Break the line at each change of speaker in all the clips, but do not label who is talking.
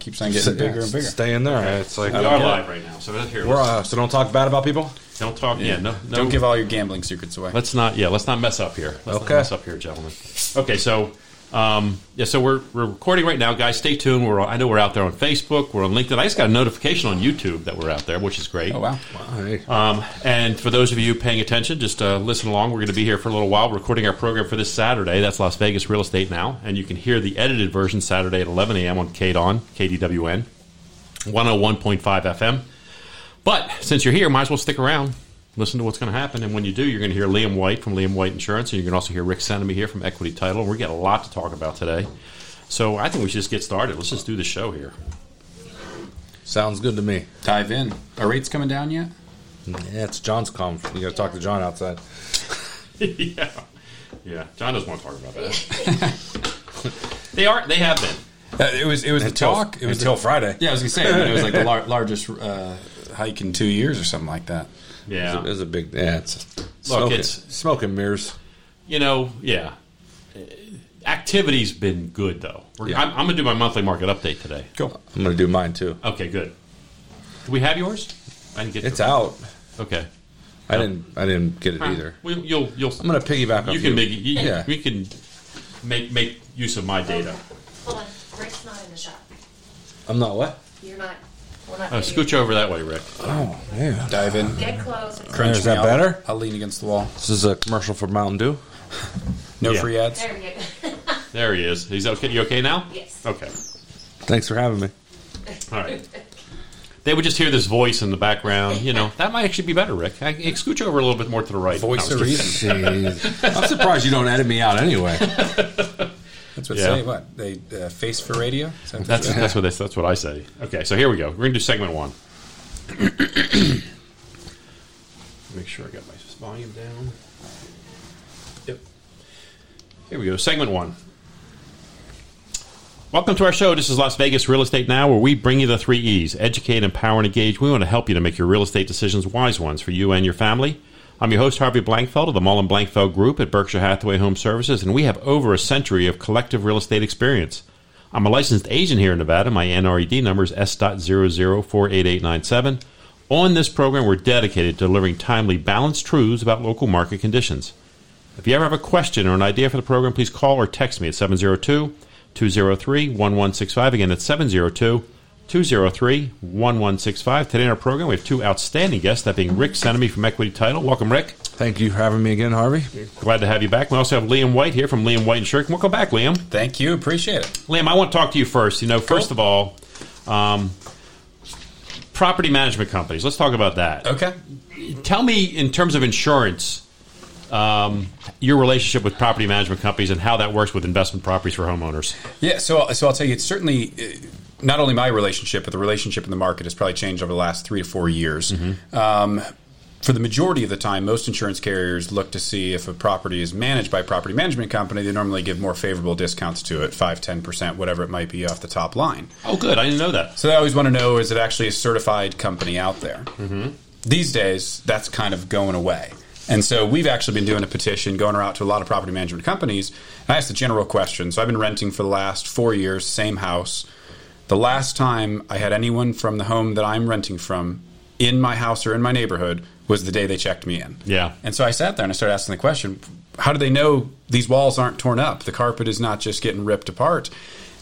keeps on getting bigger and bigger.
Stay in there. It's like
I
We
don't
are
get
live right now, so let's hear.
we're
Let's-
uh, so don't talk bad about people.
Don't talk. Yeah, no, no.
Don't give all your gambling secrets away.
Let's not. Yeah, let's not mess up here. Let's
Okay.
not mess up here, gentlemen. Okay, so um, yeah, so we're we're recording right now, guys. Stay tuned. We're on- I know we're out there on Facebook. We're on LinkedIn. I just got a notification on YouTube that we're out there, which is great.
Oh wow!
Hey,
Um, and for those of you paying attention, just uh, listen along. We're going to be here for a little while, We're recording our program for this Saturday. That's Las Vegas Real Estate Now, and you can hear the edited version Saturday at 11 a.m. on KDON, KDWN, 101.5 FM. But since you're here, might as well stick around, listen to what's going to happen. And when you do, you're going to hear Liam White from Liam White Insurance, and you're going to also hear Rick Senemy here from Equity Title. We got a lot to talk about today. So I think we should just get started. Let's just do the show here.
sounds good to me.
Dive in. Are rates coming down yet?
Yeah, it's John's calm. You gotta talk to John outside.
yeah, yeah. John doesn't want to talk about that. they are. They have been.
Uh, it was it was the
Until,
talk. It was
until Friday.
yeah. I was gonna say I mean, it was like the lar- largest uh, hike in two years or something like that.
Yeah.
It was a big. Yeah, it's
Look,
smoking,
it's-
smoking mirrors.
you know. Yeah. Uh, Activity's been good though. We're,
Yeah.
I'm, I'm gonna do my monthly market update today.
Cool.
I'm gonna do mine too.
Okay, good. Do we have yours? I didn't get
It's
yours.
out.
Okay.
I didn't. I didn't get it either.
We, you'll you'll
I'm gonna piggyback. off
you can make you,
yeah.
we can make make use of my data.
Hold on, Rick's not in the shop.
I'm not what?
You're not, we're not.
Oh, scooch over that way, Rick.
Oh man,
Dive in.
Get close. It's-
Crunch. Is that
I'll-
better?
I'll lean against the wall.
this is a commercial for Mountain Dew.
No
Yeah.
free ads.
There we go.
There he is. He's okay. You okay now?
Yes.
Okay.
Thanks for having me.
All right. They would just hear this voice in the background. You know, that might actually be better, Rick. I, scooch over a little bit more to the right.
Voice
No,
of
it's
reason.
Jeez. I'm surprised you don't edit me out anyway.
That's what
Yeah.
say what they uh, face for radio. Is that-
That's that's what I, that's what I say. Okay, so here we go. We're gonna do segment one. Make sure I got my volume down. Yep. Here we go. Segment one. Welcome to our show. This is Las Vegas Real Estate Now, where we bring you the three E's educate, empower, and engage. We want to help you to make your real estate decisions wise ones for you and your family. I'm your host, Harvey Blankfeld of the Mullen Blankfeld Group at Berkshire Hathaway Home Services, and we have over a century of collective real estate experience. I'm a licensed agent here in Nevada. My NRED number is S.00489897. On this program, we're dedicated to delivering timely, balanced truths about local market conditions. If you ever have a question or an idea for the program, please call or text me at 702 203 1165. Again, it's 702 203 1165. Today in our program, we have two outstanding guests, that being Rick Senemy from Equity Title. Welcome, Rick.
Thank you for having me again, Harvey.
Glad to have you back. We also have Liam White here from Liam White Insurance. Welcome back, Liam.
Thank you. Appreciate it.
Liam, I want to talk to you first. You know, first of all, um, property management companies. Let's talk about that.
Okay.
Tell me, in terms of insurance, um, your relationship with property management companies and how that works with investment properties for homeowners.
Yeah, so so I'll tell you, it's certainly uh, not only my relationship, but the relationship in the market has probably changed over the last three to four years. Um, for the majority of the time, most insurance carriers look to see if a property is managed by a property management company. They normally give more favorable discounts to it, 5 10%, whatever it might be off the top line.
Oh, good. I didn't know that.
So they always want to know is it actually a certified company out there? Mm-hmm. These days, that's kind of going away. And so we've actually been doing a petition going out to a lot of property management companies. And I asked a general question. So I've been renting for the last four years, same house. The last time I had anyone from the home that I'm renting from in my house or in my neighborhood was the day they checked me in.
Yeah.
And so I sat there and I started asking the question how do they know these walls aren't torn up? The carpet is not just getting ripped apart.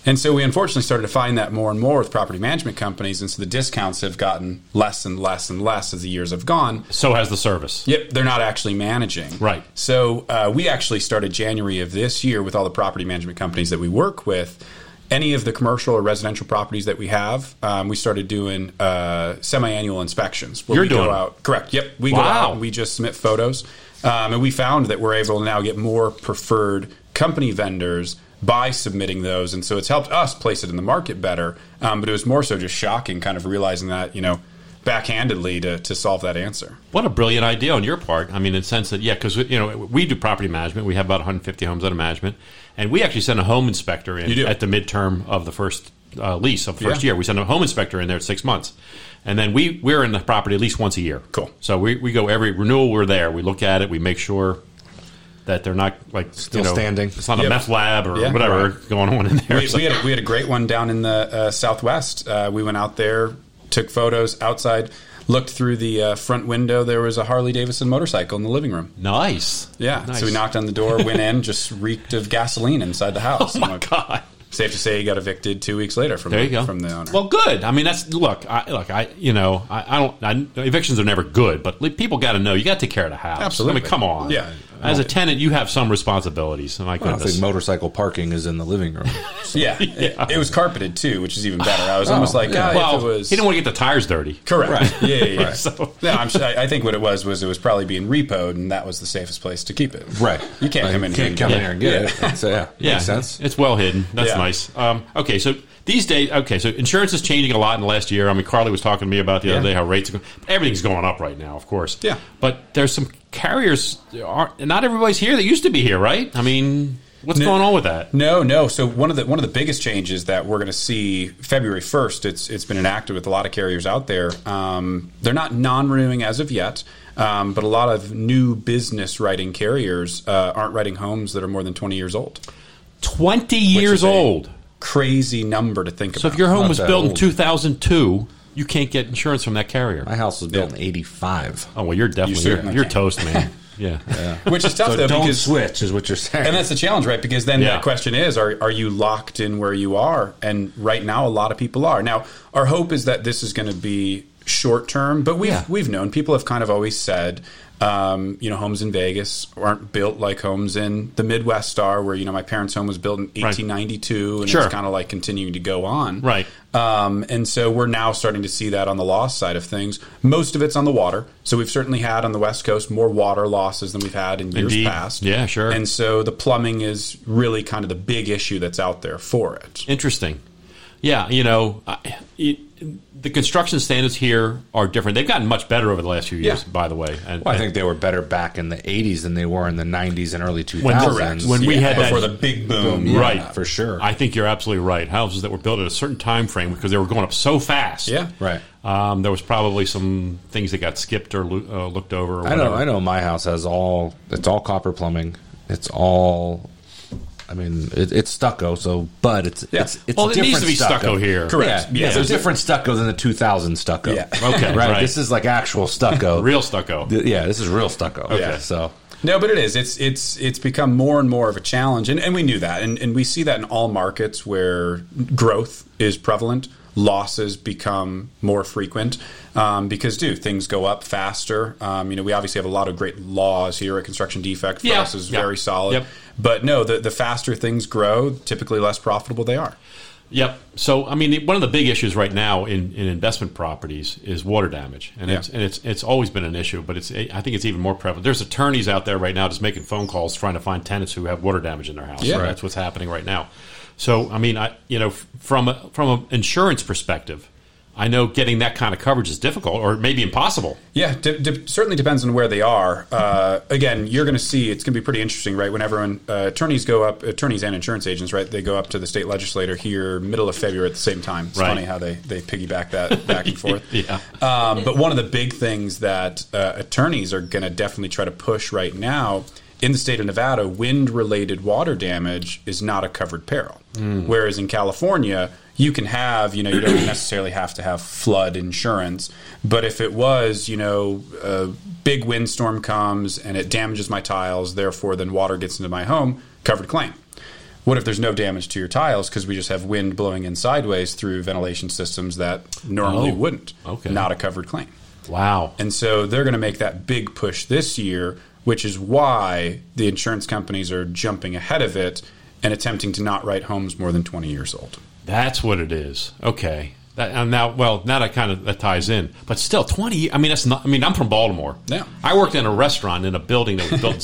And so we unfortunately started to find that more and more with property management companies. And so the discounts have gotten less and less and less as the years have gone.
So has the service.
Yep, they're not actually managing.
Right.
So uh, we actually started January of this year with all the property management companies that we work with. Any of the commercial or residential properties that we have, um, we started doing uh, semi-annual inspections. Where
You're
we
doing
go
them.
out, correct? Yep, we go
Wow.
out and we just submit photos, um, and we found that we're able to now get more preferred company vendors by submitting those, and so it's helped us place it in the market better. Um, but it was more so just shocking, kind of realizing that you know, backhandedly to, to solve that answer.
What a brilliant idea on your part. I mean, in the sense that, yeah, because, you know, we do property management. We have about 150 homes under management. And we actually send a home inspector
You
in
do.
at the midterm of the first uh, lease of the first
Yeah.
year. We send a home inspector in there at six months. And then we, we're in the property at least once a year.
Cool.
So we, we go every renewal, we're there. We look at it, we make sure that they're not like still
standing.
It's not a
Yep.
meth lab or
Yeah,
whatever going on in there.
we, we, had a, we had a great one down in the uh, southwest. Uh, we went out there, took photos outside, looked through the uh, front window. There was a Harley Davidson motorcycle in the living room.
nice.
Yeah,
Nice.
so we knocked on the door, went in, just reeked of gasoline inside the house.
Oh
And,
my
like,
god.
Safe to say, he got evicted two weeks later from
There
the,
you go.
from the owner.
Well, good. I mean, that's look. I, look, I you know, I, I don't. I, evictions are never good, but li- people got to know you got to take care of the house.
Absolutely.
I mean, come on.
Yeah.
As a tenant, you have some responsibilities. My
I don't
goodness.
think motorcycle parking is in the living room.
yeah, It, it was carpeted too, which is even better. I was almost like,
yeah.
God,
Oh, well,
if it was
he didn't want to get the tires dirty.
correct. Yeah, yeah, yeah.
So-
No, I'm sure, I I think what it was was it was probably being repoed, and that was the safest place to keep it.
right.
You can't
Like,
come in
you
here.
can't come in here and get it. So, yeah.
Yeah,
Makes sense.
It's well hidden. That's
Yeah.
nice. Um, okay, so these days, okay, so insurance is changing a lot in the last year. I mean, Carly was talking to me about the other
Yeah.
day how rates are going. Everything's going up right now, of course.
Yeah.
but there's some carriers. that Aren't, not everybody's here that used to be here, right? I mean, what's going on with that?
No, no. So one of the one of the biggest changes that we're going to see February first. It's it's been enacted with a lot of carriers out there. Um, they're not non-renewing as of yet, um, but a lot of new business writing carriers uh, aren't writing homes that are more than twenty years old.
Twenty
which
years
is a
old.
Crazy number to think
So
about.
if your home
not
was
that
built in
old.
2002, you can't get insurance from that carrier.
My house was built in 85.
oh well, you're definitely you are
certainly
you're
can.
toast, man. yeah.
which is tough
So
though
don't
because
switch is what you're saying.
and that's the challenge, right? Because then
Yeah.
the question is, are are you locked in where you are? And right now, a lot of people are. Now, our hope is that this is going to be short term, but we've
Yeah.
we've known people have kind of always said. Um, you know, homes in Vegas aren't built like homes in the Midwest are, where you know my parents' home was built in 1892, and
Sure.
it's kind of like continuing to go on,
Right.
Um, and so we're now starting to see that on the loss side of things. Most of it's on the water, so we've certainly had on the West Coast more water losses than we've had in years
Indeed.
past.
Yeah, sure.
And so the plumbing is really kind of the big issue that's out there for it.
Interesting. Yeah, you know, I, it, the construction standards here are different. They've gotten much better over the last few years,
Yeah.
by the way. And,
Well, I think they were better back in the 80s than they were in the 90s and early 2000s.
correct. When we had that-
before the big boom,
Yeah,
Right.
for sure.
I think you're absolutely right. Houses that were built at a certain time frame because they were going up so fast.
Yeah.
right.
Um, there was probably some things that got skipped or loo- uh, looked over. Or
I know.
whatever.
I know. My house has all. It's all copper plumbing. It's all. I mean, it, it's stucco. So, but it's
Yeah.
it's it's
Well,
a
it needs
different
to be stucco, here.
Correct.
Yeah,
Yeah.
yeah. There's different stucco than the 2000 stucco.
Yeah.
Okay,
right?
right.
This is like actual stucco.
Real stucco.
Th- Yeah, this is real stucco.
Yeah.
So
No, but it is. It's it's it's become more and more of a challenge, and, and we knew that, and, and we see that in all markets where growth is prevalent, losses become more frequent um, because, do things go up faster? Um, you know, we obviously have a lot of great laws here at Construction Defect. For
Yeah.
us is
Yeah.
very solid,
Yep.
but no, the the faster things grow, typically less profitable they are.
Yep. So, I mean, one of the big issues right now in, in investment properties is water damage, and it's
Yeah.
and it's it's always been an issue, but it's I think it's even more prevalent. There's attorneys out there right now just making phone calls trying to find tenants who have water damage in their house.
Yeah.
Right. That's what's happening right now. So, I mean, I you know f- from a, from an insurance perspective, I know getting that kind of coverage is difficult or maybe impossible.
Yeah, de- de- certainly depends on where they are. Uh, again, you're going to see it's going to be pretty interesting, right? When everyone uh, attorneys go up, attorneys and insurance agents, right? They go up to the state legislator here middle of February at the same time. It's
Right.
funny how they they piggyback that back and forth.
Yeah.
Um, but one of the big things that uh, attorneys are going to definitely try to push right now in the state of Nevada, wind related water damage is not a covered peril. Whereas in California, you can have, you know, you don't necessarily have to have flood insurance. But if it was, you know, a big windstorm comes and it damages my tiles, therefore, then water gets into my home, covered claim. What if there's no damage to your tiles because we just have wind blowing in sideways through ventilation systems that normally
Oh.
wouldn't?
Okay.
Not a covered claim.
Wow.
And so they're going to make that big push this year, which is why the insurance companies are jumping ahead of it and attempting to not write homes more than 20 years old.
That's what it is. Okay. That, and now, well, now that kind of that ties in, but still, twenty. I mean, that's not. I mean, I'm from Baltimore.
Yeah.
I worked in a restaurant in a building that was built in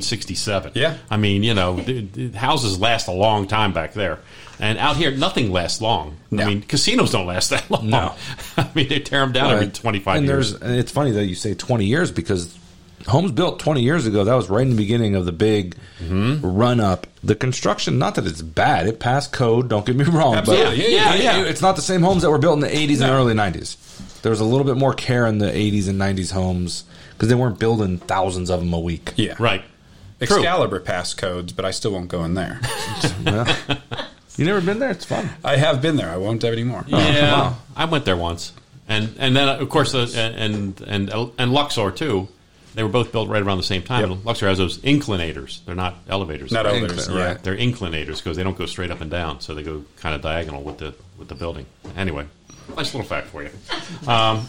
1767.
Yeah.
I mean, you know, the, the houses last a long time back there, and out here, nothing lasts long. I
No.
mean, casinos don't last that long.
No.
I mean, they tear them down every
Right.
25
and
years.
There's, and it's funny that you say 20 years because homes built 20 years ago, that was right in the beginning of the big
Mm-hmm.
run up. The construction, not that it's bad, it passed code, don't get me wrong.
Absolutely,
But
yeah, yeah,
it-
yeah.
it- it's not the same homes that were built in the 80s and early 90s. There was a little bit more care in the 80s and 90s homes because they weren't building thousands of them a week.
Yeah.
Right. True.
Excalibur passcodes, but I still won't go in there.
You never been there? It's fun.
I have been there. I won't have any more.
Yeah,
wow.
I went there once, and and then of course uh, and and and Luxor too. They were both built right around the same time. Luxor has those inclinators. They're not elevators.
Not
They're-
elevators.
Inclin-
yeah.
right.
They're inclinators because they don't go straight up and down, so they go kind of diagonal with the with the building. Anyway, nice little fact for you. Um,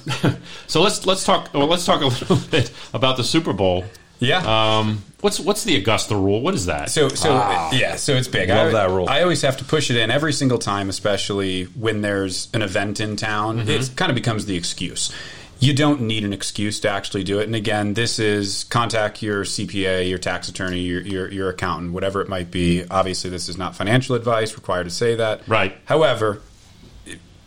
so let's let's talk. Well, let's talk a little bit about the Super Bowl.
Yeah.
Um, what's what's the Augusta rule? What is that?
So, so
Ah.
yeah, so it's big.
Love
I,
that rule.
I always have to push it in every single time, especially when there's an event in town. It kind of becomes the excuse. You don't need an excuse to actually do it. And again, this is contact your CPA, your tax attorney, your your, your accountant, whatever it might be. Obviously, this is not financial advice required to say that.
Right.
However,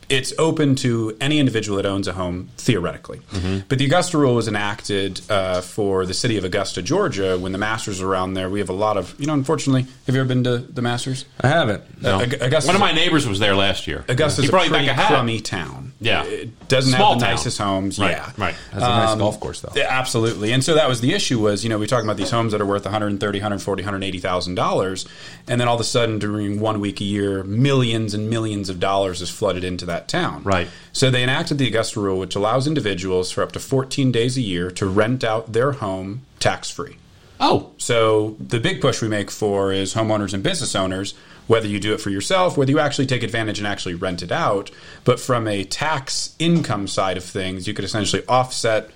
it's open to any individual that owns a home theoretically. But the Augusta rule was enacted uh, for the city of Augusta, Georgia, when the Masters are around there. We have a lot of, you know, unfortunately, have you ever been to the Masters?
I haven't.
No.
Ag- Augusta's-
One of my neighbors was there last year.
Augusta's
he
a
brought
pretty
back a hat.
crummy town.
Yeah.
It doesn't
Small
have the
town.
nicest homes.
Right,
yeah. Um,
right.
That's a nice golf course, though.
Yeah, absolutely. And so that was the issue was, you know, we talk about these homes that are worth 130, 140, 180,000 dollars and then all of a sudden during one week a year millions and millions of dollars is flooded into that town.
Right.
So they enacted the Augusta rule which allows individuals for up to 14 days a year to rent out their home tax free.
Oh,
So the big push we make for is homeowners and business owners, whether you do it for yourself, whether you actually take advantage and actually rent it out. But from a tax income side of things, you could essentially offset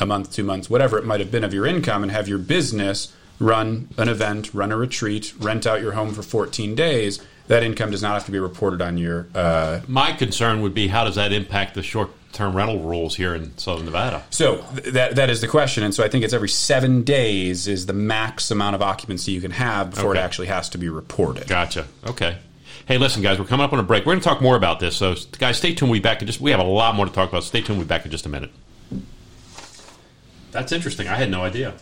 a month, two months, whatever it might have been of your income, and have your business run an event, run a retreat, rent out your home for 14 days. That income does not have to be reported on your. Uh,
My concern would be how does that impact the short term rental rules here in Southern Nevada?
so th- that that is the question, and so I think it's every seven days is the max amount of occupancy you can have before it
Okay.
actually has to be reported.
Gotcha. Okay. Hey, listen, guys, we're coming up on a break. We're going to talk more about this. So, guys, stay tuned. We'll be back in just. We have a lot more to talk about. Stay tuned. We'll be back in just a minute. That's interesting. I had no idea.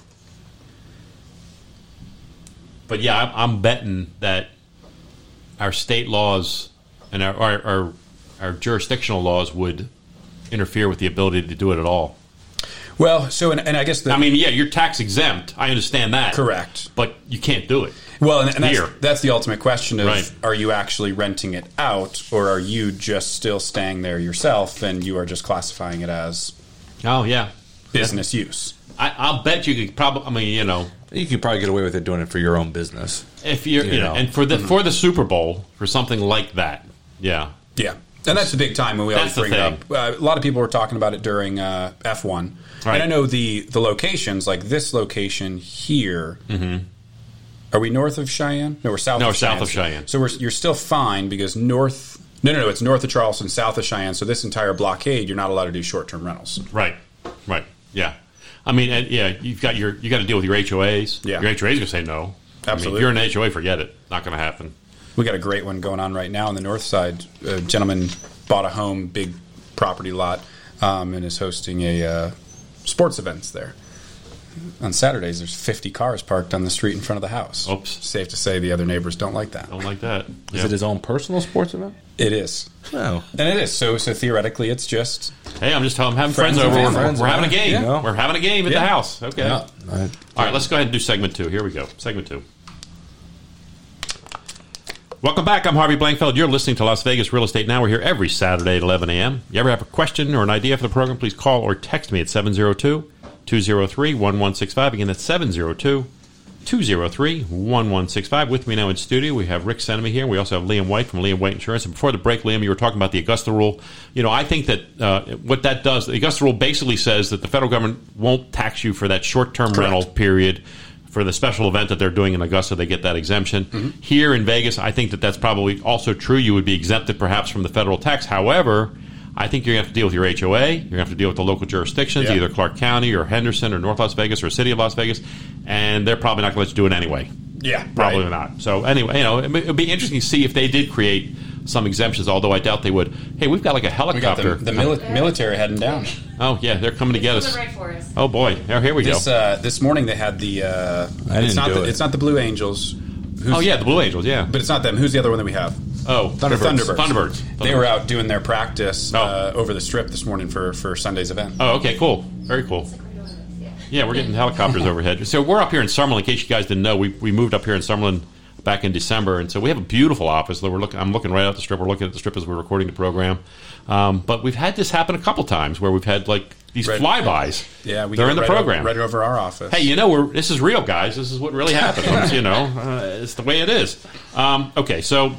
But yeah, I'm, I'm betting that our state laws and our our, our our jurisdictional laws would interfere with the ability to do it at all.
Well, so and, and I guess the
I mean, yeah, you're tax exempt. I understand that.
Correct.
But you can't do it.
well, and, and that's,
Here.
that's the ultimate question: of
Right.
are you actually renting it out, or are you just still staying there yourself, and you are just classifying it as
Oh, yeah.
business use?
I, I'll bet you could probably, I mean, you know,
You could probably get away with it doing it for your own business.
if you're, you,
You
know,
know.
and for the, for the Super Bowl, for something like that. Yeah.
Yeah, and that's the big time when we always
That's the
bring it up. Uh, a lot of people were talking about it during uh, F one,
Right.
and I know the the locations like this location here. Are we north of Cheyenne? No, we're south.
Mm-hmm. No,
of
south
Cheyenne.
of Cheyenne.
So we're, you're still fine because north. No, no, no. It's north of Charleston, south of Cheyenne. So this entire blockade, you're not allowed to do short term rentals.
Right. Right. Yeah. I mean, and, yeah, you've got your, you got to deal with your HOAs.
Yeah.
Your HOA's going to say no.
Absolutely.
I mean, if you're an HOA, forget it. Not going to happen.
We got a great one going on right now on the north side. A gentleman bought a home, big property lot, um, and is hosting a uh, sports events there. On Saturdays, there's 50 cars parked on the street in front of the house.
Oops.
Safe to say the other neighbors don't like that.
Don't like that.
Is
Yeah.
it his own personal sports event?
It is.
No.
And it is. So so theoretically, it's just.
hey, I'm just telling, having friends,
Friends and
over. We're,
friends,
we're having a
yeah.
game.
Yeah.
We're having a game at the
Yeah.
house. Okay.
Yeah.
I,
All right, let's go ahead and do segment two. Here we go. Segment two. Welcome back. I'm Harvey Blankfeld. You're listening to Las Vegas Real Estate Now. We're here every Saturday at 11 a.m. You ever have a question or an idea for the program, please call or text me at 702 203 1165. Again, that's 702 203 1165. With me now in studio, we have Rick Senemy here. We also have Liam White from Liam White Insurance. And before the break, Liam, you were talking about the Augusta rule. You know, I think that uh, what that does, the Augusta rule basically says that the federal government won't tax you for that short term rental period. For the special event that they're doing in Augusta, they get that exemption.
Mm-hmm.
Here in Vegas, I think that that's probably also true. You would be exempted perhaps from the federal tax. However, I think you're going to have to deal with your HOA. You're going to have to deal with the local jurisdictions,
Yeah.
either Clark County or Henderson or North Las Vegas or City of Las Vegas, and they're probably not going to let you do it anyway.
Yeah.
Probably
right.
not. So anyway, you know, it would be interesting to see if they did create some exemptions. Although I doubt they would. Hey, we've got like a
We got
helicopter.
the, the mili- military heading down.
oh yeah, they're coming to get
It's
us.
coming right for us.
Oh boy, Oh, here we go.
This uh, this morning they had the. Uh,
I didn't
it's not
do
the,
it.
It's not the Blue Angels. Who's,
oh yeah, the Blue Angels. Yeah.
But it's not them. Who's the other one that we have?
oh,
The Thunderbirds.
Thunderbirds.
They were out doing their practice
Oh.
uh, over the strip this morning for, for Sunday's event.
Oh, okay, cool. Very cool.
It's like right over there. Yeah.
Yeah, we're getting helicopters overhead. So we're up here in Summerlin. In case you guys didn't know, we, we moved up here in Summerlin back in December, and so we have a beautiful office. That we're looking. I'm looking right out the strip. We're looking at the strip as we're recording the program. Um, but we've had this happen a couple times where we've had like these
Right.
flybys.
Yeah, we
they're
go
in the
right
program.
over, right over our office.
Hey, you know, we're, this is real, guys. This is what really happens. you know, uh, it's the way it is. Um, okay, so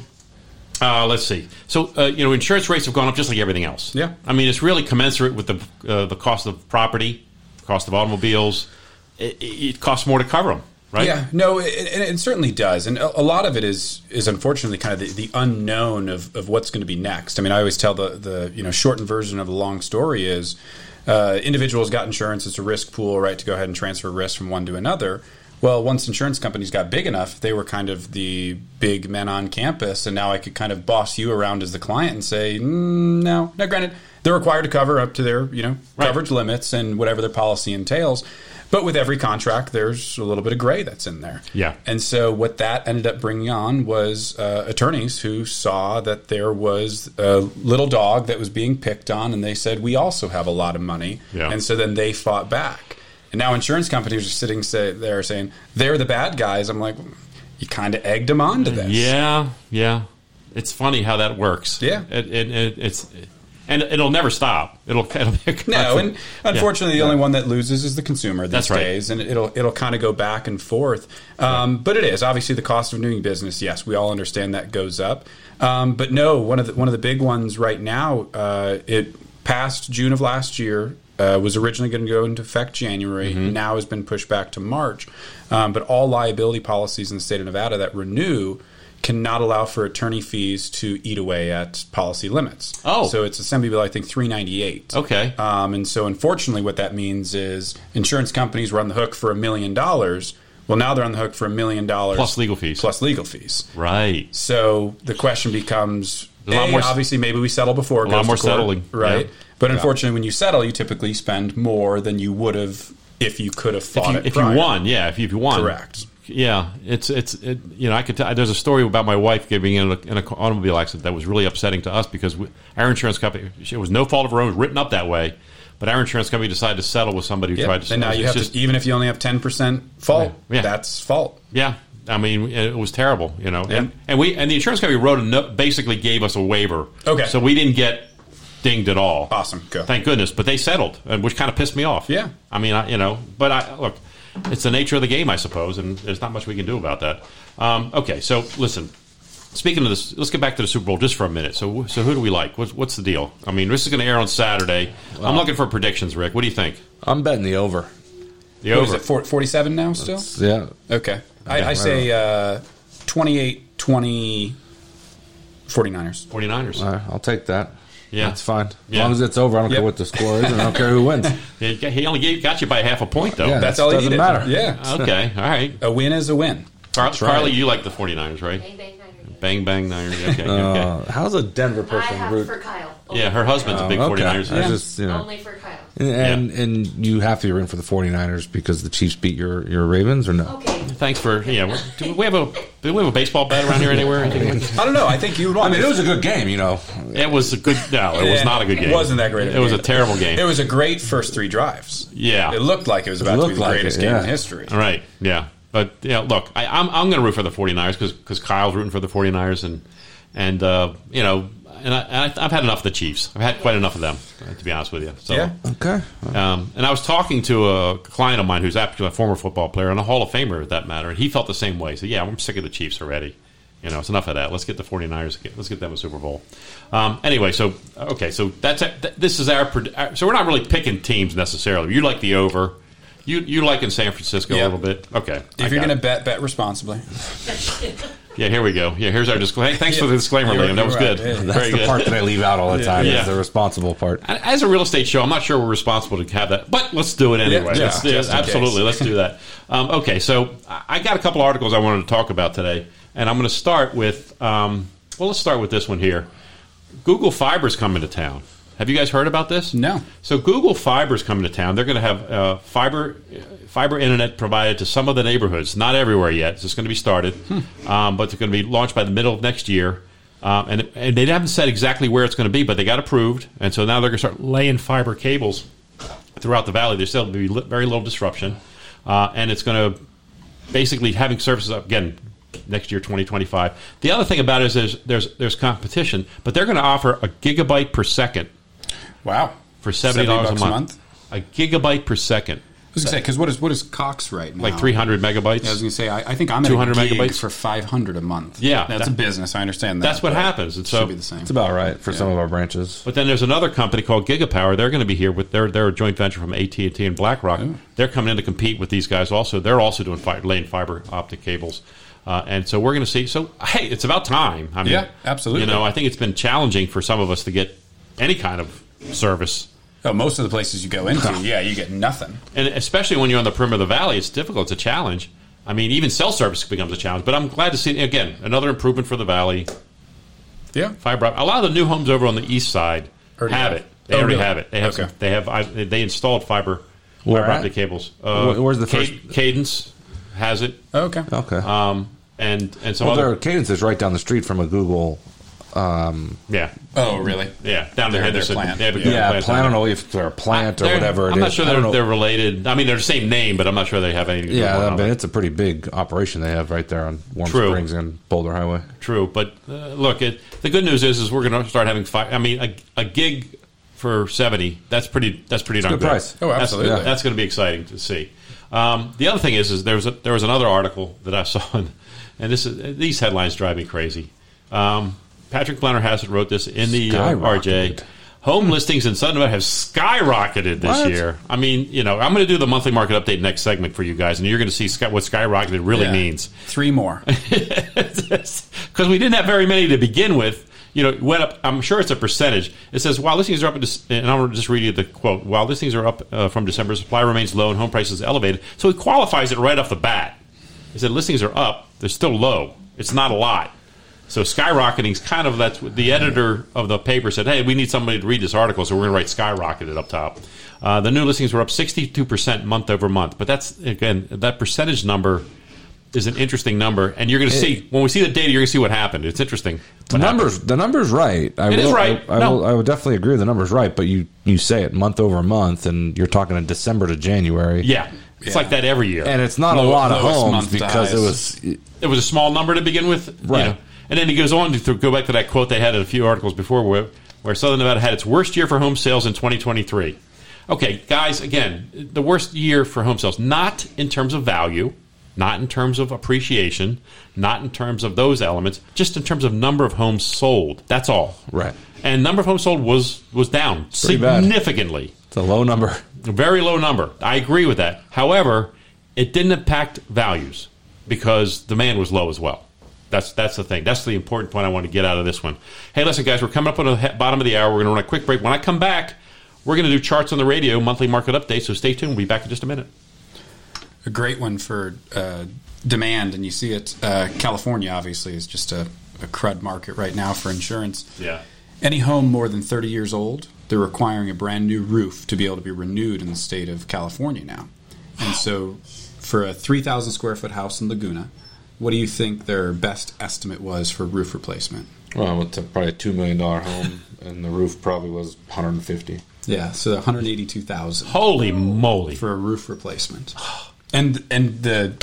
uh, let's see. So uh, you know, insurance rates have gone up just like everything else.
Yeah.
I mean, it's really commensurate with the uh, the cost of property, the cost of automobiles. It, it- it costs more to cover them, right?
Yeah, no, it, it, it certainly does, and a, a lot of it is is unfortunately kind of the, the unknown of, of what's going to be next. I mean, I always tell the the you know shortened version of the long story is uh, individuals got insurance; it's a risk pool, right, to go ahead and transfer risk from one to another. Well, once insurance companies got big enough, they were kind of the big men on campus, and now I could kind of boss you around as the client and say, mm, no, no. Granted, they're required to cover up to their you know
Right.
coverage coverage limits and whatever their policy entails. But with every contract, there's a little bit of gray that's in there.
Yeah.
And so what that ended up bringing on was uh, attorneys who saw that there was a little dog that was being picked on, and they said, "We also have a lot of money."
Yeah.
And so then they fought back, and now insurance companies are sitting say, there saying they're the bad guys. I'm like, you kind of egged them onto this.
Yeah, yeah. It's funny how that works.
Yeah.
it, it, it, it's and it'll never stop. It'll, it'll be a
No,
constant-
and unfortunately, the only one that loses is the consumer these
That's right.
days, and it'll it'll kind of go back and forth. Um, But it is obviously the cost of doing business. Yes, we all understand that goes up. Um, but no, one of the one of the big ones right now. Uh, it passed June of last year. Uh, was originally going to go into effect January.
Mm-hmm.
Now has been pushed back to March. Um, but all liability policies in the state of Nevada that renew cannot allow for attorney fees to eat away at policy limits.
Oh.
so it's Assembly Bill I think three ninety eight.
Okay.
Um, and so, unfortunately, what that means is insurance companies were on the hook for a million dollars. Well, now they're on the hook for a million dollars
Plus legal fees.
Plus legal fees.
right.
So the question becomes:
A lot
A,
more-
Obviously, maybe we settle before a
lot more settling,
right?
yeah.
But unfortunately, when you settle, you typically spend more than you would have if you could have fought
if you,
it.
if you
prior.
won, yeah, if you, if you won,
Correct.
Yeah, it's it's it, you know I could tell there's a story about my wife getting in an in a automobile accident that was really upsetting to us because we, our insurance company it was no fault of her own it was written up that way, but our insurance company decided to settle with somebody who
Yep.
tried to
And now
it's
you have
just-
to, even if you only have ten percent fault,
Yeah. Yeah.
that's fault.
yeah. I mean, it was terrible, you know.
Yeah.
And, and we and the insurance company wrote a no, basically gave us a waiver.
Okay. Ah.
so we didn't get dinged at all.
Awesome. Go.
Thank goodness, but they settled, uh, which kind of pissed me off.
Yeah.
I mean, I, you know, but I look, it's the nature of the game, I suppose, and there's not much we can do about that. Um, okay, so listen, speaking of this, let's get back to the Super Bowl just for a minute. So, so who do we like? What's, what's the deal? I mean, this is going to air on Saturday. I'm looking for predictions, Rick. What do you think?
I'm betting the over.
The
What is
over.
it? Forty seven now? Still?
Yeah.
Okay. I,
Yeah,
I say uh, 28 20 49ers.
49ers.
All right, I'll take that.
Yeah.
That's fine. As
Yeah.
long as it's over, I don't
Yep. Oh,
care what the score is, and I don't care who wins.
Yeah, you got- he only gave, got you by half a point, though.
Yeah.
That's all you
doesn't
needed.
matter.
Yeah.
Okay, all right.
A win is a win.
Car-
right.
Carly, you like the 49ers, right?
Bang, bang, bang.
Bang, bang, Niners. Okay, okay.
Uh, how's a Denver
I
person
have
root?
for Kyle. Only
yeah, her
for
husband's a
Oh,
big
okay.
49ers.
I
Yeah.
just, you
Kyle.
know.
Only for Kyle.
And and you have to root for the 49ers because the Chiefs beat your, your Ravens or no?
Okay.
Thanks for yeah. we're- Do we have a do we have a baseball bat around here anywhere? I think
I don't know. I think you would
I
want
mean, it was a good game, you know.
it was a good. No, it was
Yeah.
not a good game.
It wasn't that great of
It
a
was a
game.
terrible game.
It was a great first three drives.
Yeah.
It looked like it was
It
about to be
looked
the
like
greatest
it,
game
yeah.
in history.
All right. Yeah. But yeah, look, I, I'm I'm going to root for the 49ers because Kyle's rooting for the 49ers and and uh, you know and, I, and I, I've had enough of the Chiefs. I've had quite enough of them uh, to be honest with you. So.
Yeah.
Okay.
Um, and I was talking to a client of mine who's actually a former football player and a Hall of Famer, at that matter, and he felt the same way. So, yeah, I'm sick of the Chiefs already. You know, it's enough of that. Let's get the 49ers. again. Let's get them a Super Bowl. Um, anyway, so okay, so that's th- this is our, pred- our. So we're not really picking teams necessarily. You like the over. You you like in San Francisco
Yep.
a little bit. Okay, I
If you're
got
going to
it.
bet, bet responsibly.
yeah, here we go. Yeah, here's our disclaimer. thanks for the
Yeah.
disclaimer,
You're-
Liam. That was
you're right.
good.
Yeah. That's
That's
Very
the
good.
part that I leave out all the time.
Yeah.
Is the responsible part.
As a real estate show, I'm not sure we're responsible to have that, but let's do it anyway.
Yeah,
Let's do-
just in
absolutely,
case.
let's do that. Um, okay, so I I got a couple articles I wanted to talk about today, and I'm going to start with um, well, let's start with this one here. Google Fiber's coming to town. Have you guys heard about this?
No.
So Google Fiber's coming to town. They're going to have uh, fiber fiber internet provided to some of the neighborhoods. Not everywhere yet. It's just going to be started, um, but they're going to be launched by the middle of next year. Um, and, and they haven't said exactly where it's going to be, but they got approved, and so now they're going to start laying fiber cables throughout the valley, there's still going to be li- very little disruption, uh, and it's going to basically having services up again next year 2025 the other thing about it is there's there's, there's competition but they're going to offer a gigabyte per second
Wow.
for $70, a,
bucks
month. a gigabyte per second
I was gonna say because what is what is Cox right now?
like 300 megabytes
Yeah, I was gonna say I, I think I'm at
200
a gig
megabytes?
for 500 a month.
Yeah,
that's
that-
a business. I understand that.
that's what
but
happens and
It
so
should be the same.
It's about right for some of our branches.
But then there's another company called Gigapower. They're going to be here with their their joint venture from AT and T and BlackRock.
Oh.
They're coming in to compete with these guys. Also, they're also doing fi laying fiber optic cables. Uh, and so we're going to see. So hey, it's about time. I mean,
Yeah, absolutely.
You know, I think it's been challenging for some of us to get any kind of service,
Oh, most of the places you go into, yeah, you get nothing.
and especially when you're on the perimeter of the valley, it's difficult. It's a challenge. I mean, even cell service becomes a challenge. But I'm glad to see again another improvement for the valley.
Yeah,
fiber optic. A lot of the new homes over on the east side
Already
have
have.
it. They
Oh,
already
really?
have it. They have.
Okay.
They have. I, they installed fiber
Where
fiber
at?
optic cables. Uh,
Where- where's the first-
Cadence has it.
okay.
Okay.
Um, and and some
well, their
other
cadence is right down the street from a Google.
yeah
Oh, really?
yeah down
Their-
in
their
Henderson.
plant.
They have a
Yeah,
good
Yeah,
plant
plan. I don't
down there.
know if they're a plant or
They're-
whatever. it
I'm not
is.
sure
I don't
they're,
know.
they're related. I mean, they're the same name, but I'm not sure they have anything. To do with
Yeah,
one
I mean,
another.
it's a pretty big operation they have right there on Warm
True.
Springs and Boulder Highway.
True, but uh, look, it, the good news is, is we're going to start having five. I mean, a, a gig for seventy. That's pretty. That's pretty darn
good
good.
price. Oh,
That's-
absolutely.
That's, going to be exciting to see. Um, the other thing is, is there was a, there was another article that I saw, and, and this is, these headlines drive me crazy. Um, Patrick Blanner Hassett wrote this in the uh,
Skyrocketed.
RJ. Home listings in Sunbelt have skyrocketed this
What?
year. I mean, you know, I'm going to do the monthly market update next segment for you guys, and you're going to see sky, what skyrocketed really
Yeah.
means
Three more.
because we didn't have very many to begin with. You know, it went up. I'm sure it's a percentage. It says while listings are up, in Dec- and I'm just reading you the quote. While listings are up uh, from December, supply remains low and home prices elevated. So it qualifies it right off the bat. It said listings are up. They're still low. It's not a lot. So skyrocketing is kind of that's what the editor of the paper said. Hey, we need somebody to read this article, so we're going to write skyrocketed up top. Uh, the new listings were up 62 percent month over month, but that's again that percentage number is an interesting number, and you're going to see when we see the data, you're going to see what happened. It's interesting.
The
what happened.
numbers, the numbers, right? I
It
will,
is right.
I, I
No.
will, I would definitely agree. The numbers, right? But you, you say it month over month, and you're talking in December to January.
Yeah, it's
Yeah.
like that every year.
and it's not a
Low-
lot of
lowest
homes
month
because it
highs.
was
it was a small number to begin with, you
Right.
know. And then he goes on to, to go back to that quote they had in a few articles before, where, where Southern Nevada had its worst year for home sales in 2023. Okay, guys, again, the worst year for home sales, not in terms of value, not in terms of appreciation, not in terms of those elements, just in terms of number of homes sold. That's all.
Right.
And number of homes sold was was down
Pretty bad.
significantly.
it's a low number.
A very low number. I agree with that. However, it didn't impact values because demand was low as well. That's that's the thing. That's the important point I want to get out of this one. Hey, listen, guys, we're coming up on the he- bottom of the hour. We're going to run a quick break. When I come back, we're going to do charts on the radio, monthly market update. So stay tuned. We'll be back in just a minute.
a great one for uh, demand, and you see it. Uh, California obviously is just a, a crud market right now for insurance.
Yeah.
Any home more than 30 years old, they're requiring a brand new roof to be able to be renewed in the state of California now. And so, for a 3,000 square foot house in Laguna, what do you think their best estimate was for roof replacement?
Well, it's probably a two million dollar home, and the roof probably was one hundred and fifty.
Yeah, so 182,000
Holy moly!
for a roof replacement. And and the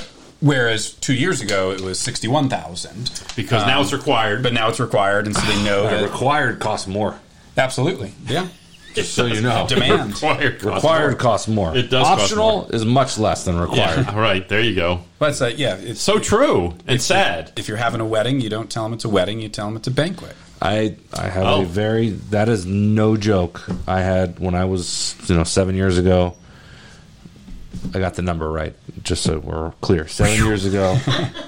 whereas 2 years ago it was 61,000
Because now it's required,
but
but
now it's required and so they know that
required costs more.
Absolutely. Yeah.
So you know,
Demand.
required. costs
required costs more.
It does cost
Optional is much less than
more. Yeah.
required.
All right. There you go.
But it's like, yeah, it's,
So true and sad.
if you're having a wedding, you don't tell them it's a wedding, you tell them it's a banquet.
I I have
Oh.
a very that is no joke. I had when I was you know seven years ago. I got the number right, just so we're clear. Seven years ago,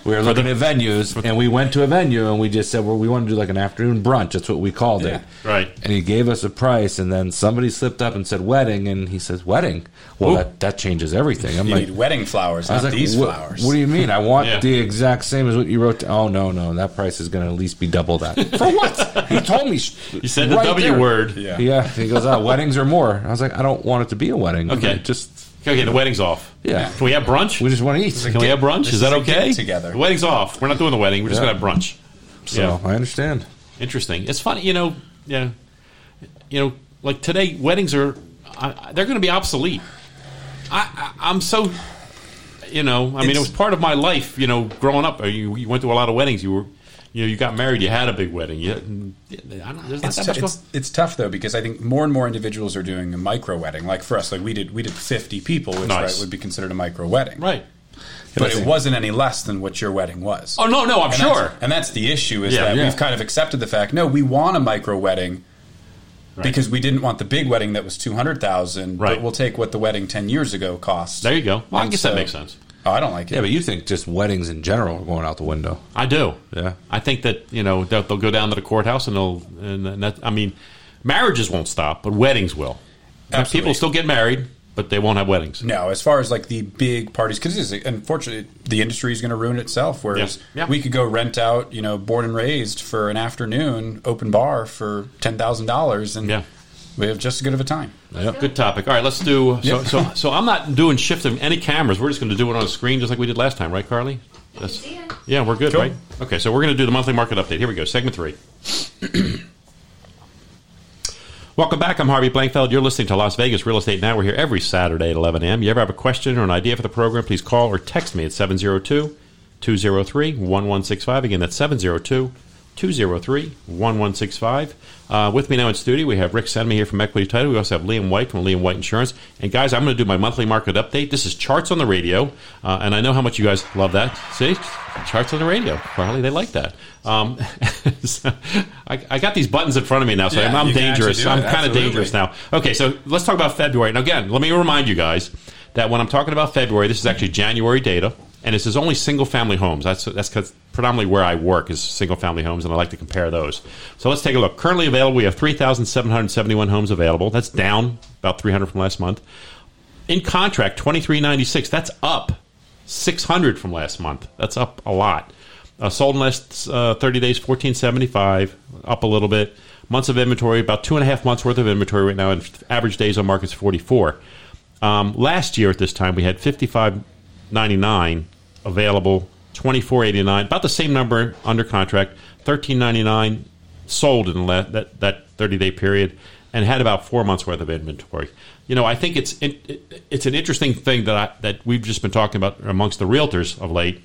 we were looking at venues, and we went to a venue, and we just said, "Well, we want to do like an afternoon brunch." That's what we called it.
Yeah. Right.
And he gave us a price, and then somebody slipped up and said wedding, and he says wedding. Well,
Ooh.
that, that changes everything. I'm
You
like,
need wedding flowers,
I
not
was like,
these
"What-
flowers.
What do you mean? I want
Yeah.
the exact same as what you wrote. down." oh no, no, that price is going to at least be double that. For what? he told me.
You said the W word.
Yeah.
Yeah, he goes, ah, weddings are more. I was like, I don't want it to be a wedding.
Okay.
I just
Okay. The wedding's off.
yeah,
Can we have brunch?
we just want to eat.
Can we have brunch?
This
Is that
is a
okay?
get together.
The wedding's off. We're not doing the wedding. We're just
Yeah.
gonna have brunch.
So I understand.
Interesting. It's funny, you know. Yeah, you know, like today, weddings are I, I- they're going to be obsolete. I, I, I'm so, you know, I mean, it
It's-
was part of my life. You know, growing up, Uh, you, you went to a lot of weddings. You were, you know, you got married. You had a big wedding. You, I don't, there's not
It's,
that
tou-
much going.
it's, it's tough though because I think more and more individuals are doing a micro wedding. Like for us, like we did we did fifty people, which
Nice.
right, would be considered a micro wedding,
Right.
But it wasn't any less than what your wedding was.
Oh no, no, I'm
and
sure.
That's, and that's the issue is
Yeah,
that
yeah.
we've kind of accepted the fact. No, we want a micro wedding
Right.
because we didn't want the big wedding that was two hundred thousand.
Right.
But we'll take what the wedding ten years ago cost.
there you go. Well, I
And
guess
so-
that makes sense.
Oh, I don't like it.
Yeah, but you think just weddings in general are going out the window?
I do.
Yeah.
I think that you know they'll, they'll go down to the courthouse and they'll and, and that, I mean, marriages won't stop, but weddings will.
Absolutely. Mm-hmm.
People still get married, but they won't have weddings.
No, as far as like the big parties, because unfortunately the industry is going to ruin itself. Whereas
Yeah. Yeah.
we could go rent out, you know, born and raised for an afternoon open bar for ten thousand dollars, and
Yeah.
we have just as good of a time.
Good topic. All right, let's do. So,
Yeah.
so, so I'm not doing shifting any cameras. We're just going to do it on the screen, just like we did last time, right, Carly? That's,
see it.
yeah, we're good,
Cool.
right? Okay, so we're going to do the monthly market update. Here we go, segment three. Welcome back. I'm Harvey Blankfeld. You're listening to Las Vegas Real Estate Now. We're here every Saturday at 11 a.m. You ever have a question or an idea for the program, please call or text me at 702 203 1165. Again, that's 702 203 1165. Uh, With me now in studio, we have Rick Senme here from Equity Title. We also have Liam White from Liam White Insurance. And guys, I'm going to do my monthly market update. This is Charts on the Radio, uh, and I know how much you guys love that. See? Charts on the Radio. Carly, they like that. Um, so I, I got these buttons in front of me now, so
Yeah,
I'm, I'm
you can actually
dangerous.
do it.
I'm kind of
Absolutely.
dangerous now. Okay, so let's talk about February. Now, again, let me remind you guys that when I'm talking about February, this is actually January data, and this is only single family homes. That's that's 'cause predominantly where I work is single family homes, and I like to compare those. So let's take a look. Currently available, we have 3,771 homes available. That's down about 300 from last month. In contract, 2396. That's up 600 from last month. That's up a lot. Uh, sold in last uh, 30 days, 1475, up a little bit. Months of inventory, about two and a half months worth of inventory right now, and average days on market's 44. Um, last year at this time, we had 55.99 available, 24.89, about the same number under contract, 13.99 sold in the la- that that 30 day period, and had about four months worth of inventory. You know, I think it's it, it, it's an interesting thing that I, that we've just been talking about amongst the realtors of late.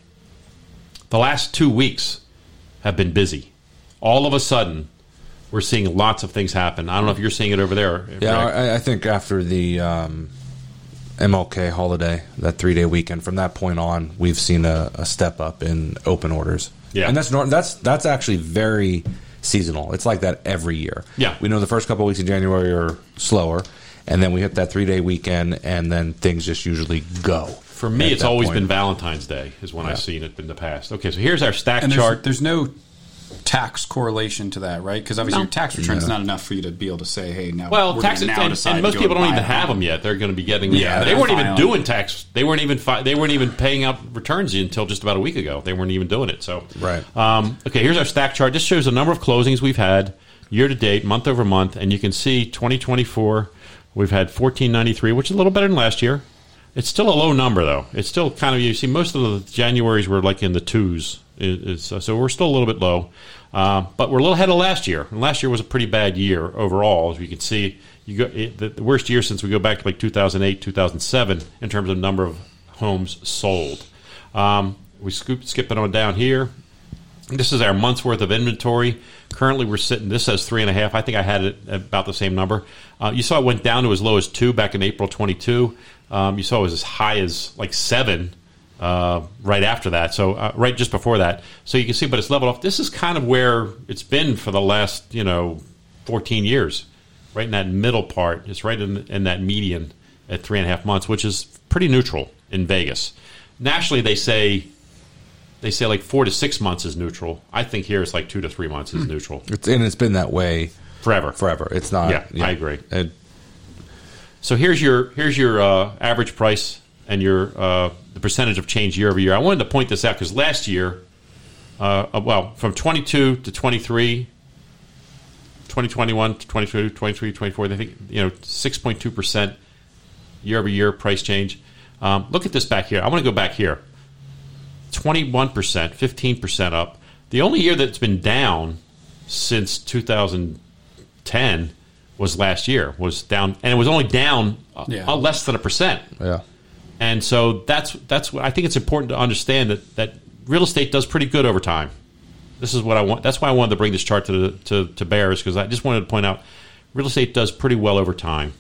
The last two weeks have been busy. All of a sudden, we're seeing lots of things happen. I don't know if you're seeing it over there.
Yeah,
Rick.
I, I think after the um, MLK holiday, that three day weekend, from that point on, we've seen a, a step up in open orders.
Yeah.
and that's nor- that's that's actually very seasonal. It's like that every year.
Yeah.
we know the first couple of weeks in January are slower, and then we hit that three day weekend, and then things just usually go.
For me,
at
it's
that
always
point.
been Valentine's Day is when I've seen it in the past. Okay, so here's our stack
And there's,
chart.
there's no tax correlation to that, right? Because obviously your tax return is not enough for you to be able to say, hey, now
well,
we're
tax
gonna
and,
now decide
and
to
most
go
people don't
buy
even
a
have
home.
them yet. They're going to be getting. them.
Yeah,
they
they're
weren't even
filing.
doing tax. They weren't even. Fi- they weren't even paying out returns until just about a week ago. They weren't even doing it. So
Right.
Um, okay, here's our stack chart. This shows the number of closings we've had year to date, month over month, and you can see 2024 we've had 1493, which is a little better than last year. It's still a low number though. It's still kind of you see most of the Januarys were like in the twos, It- it's- uh, so we're still a little bit low, uh, but we're a little ahead of last year. And last year was a pretty bad year overall, as you can see. You go it, the the worst year since we go back to like 2008, 2007 in terms of number of homes sold. Um, we scoop, skip it on down here. This is our month's worth of inventory. Currently, we're sitting. This says three and a half. I think I had it at about the same number. Uh, you saw it went down to as low as two back in April 22. Um, you saw it was as high as like seven uh, right after that. So uh, right just before that. So you can see, but it's leveled off. This is kind of where it's been for the last you know 14 years, right in that middle part. It's right in, in that median at three and a half months, which is pretty neutral in Vegas. Nationally, they say they say like four to six months is neutral. I think here it's like two to three months is neutral
It's, and it's been that way
forever.
forever. It's not.
Yeah, I agree.
It-
So here's your here's your uh, average price and your uh, the percentage of change year over year. I wanted to point this out because last year, uh, uh, well, from 22 to 23, 2021 to 22, 23, 24, they think you know 6.2 percent year over year price change. Um, look at this back here. I want to go back here. 21%, 15% up. The only year that's been down since 2010 was last year was down, and it was only down uh
Yeah.
uh, less than a percent.
Yeah.
And so that's that's what I think it's important to understand that that real estate does pretty good over time. This is what I want. That's why I wanted to bring this chart to the, to, to bears because I just wanted to point out real estate does pretty well over time.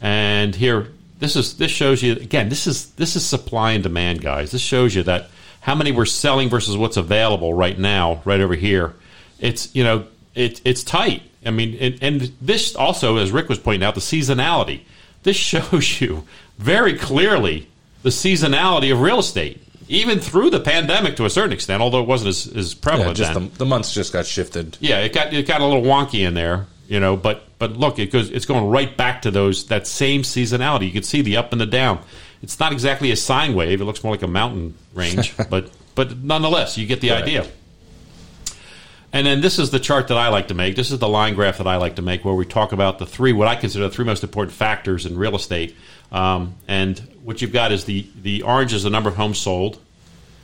And here, this is this shows you again. This is this is supply and demand, guys. This shows you that how many we're selling versus what's available right now, right over here. It's you know it, it's tight. I mean, and, and this also, as Rick was pointing out, the seasonality. This shows you very clearly the seasonality of real estate, even through the pandemic to a certain extent, although it wasn't as, as prevalent.
Yeah, just the,
then
the months just got shifted.
yeah, it got it got a little wonky in there, you know. But but look, it goes it's going right back to those that same seasonality. You can see the up and the down. It's not exactly a sine wave; it looks more like a mountain range, but but nonetheless, you get the
Right.
idea. And then this is the chart that I like to make. This is the line graph that I like to make, where we talk about the three, what I consider the three most important factors in real estate. Um, and what you've got is the the orange is the number of homes sold.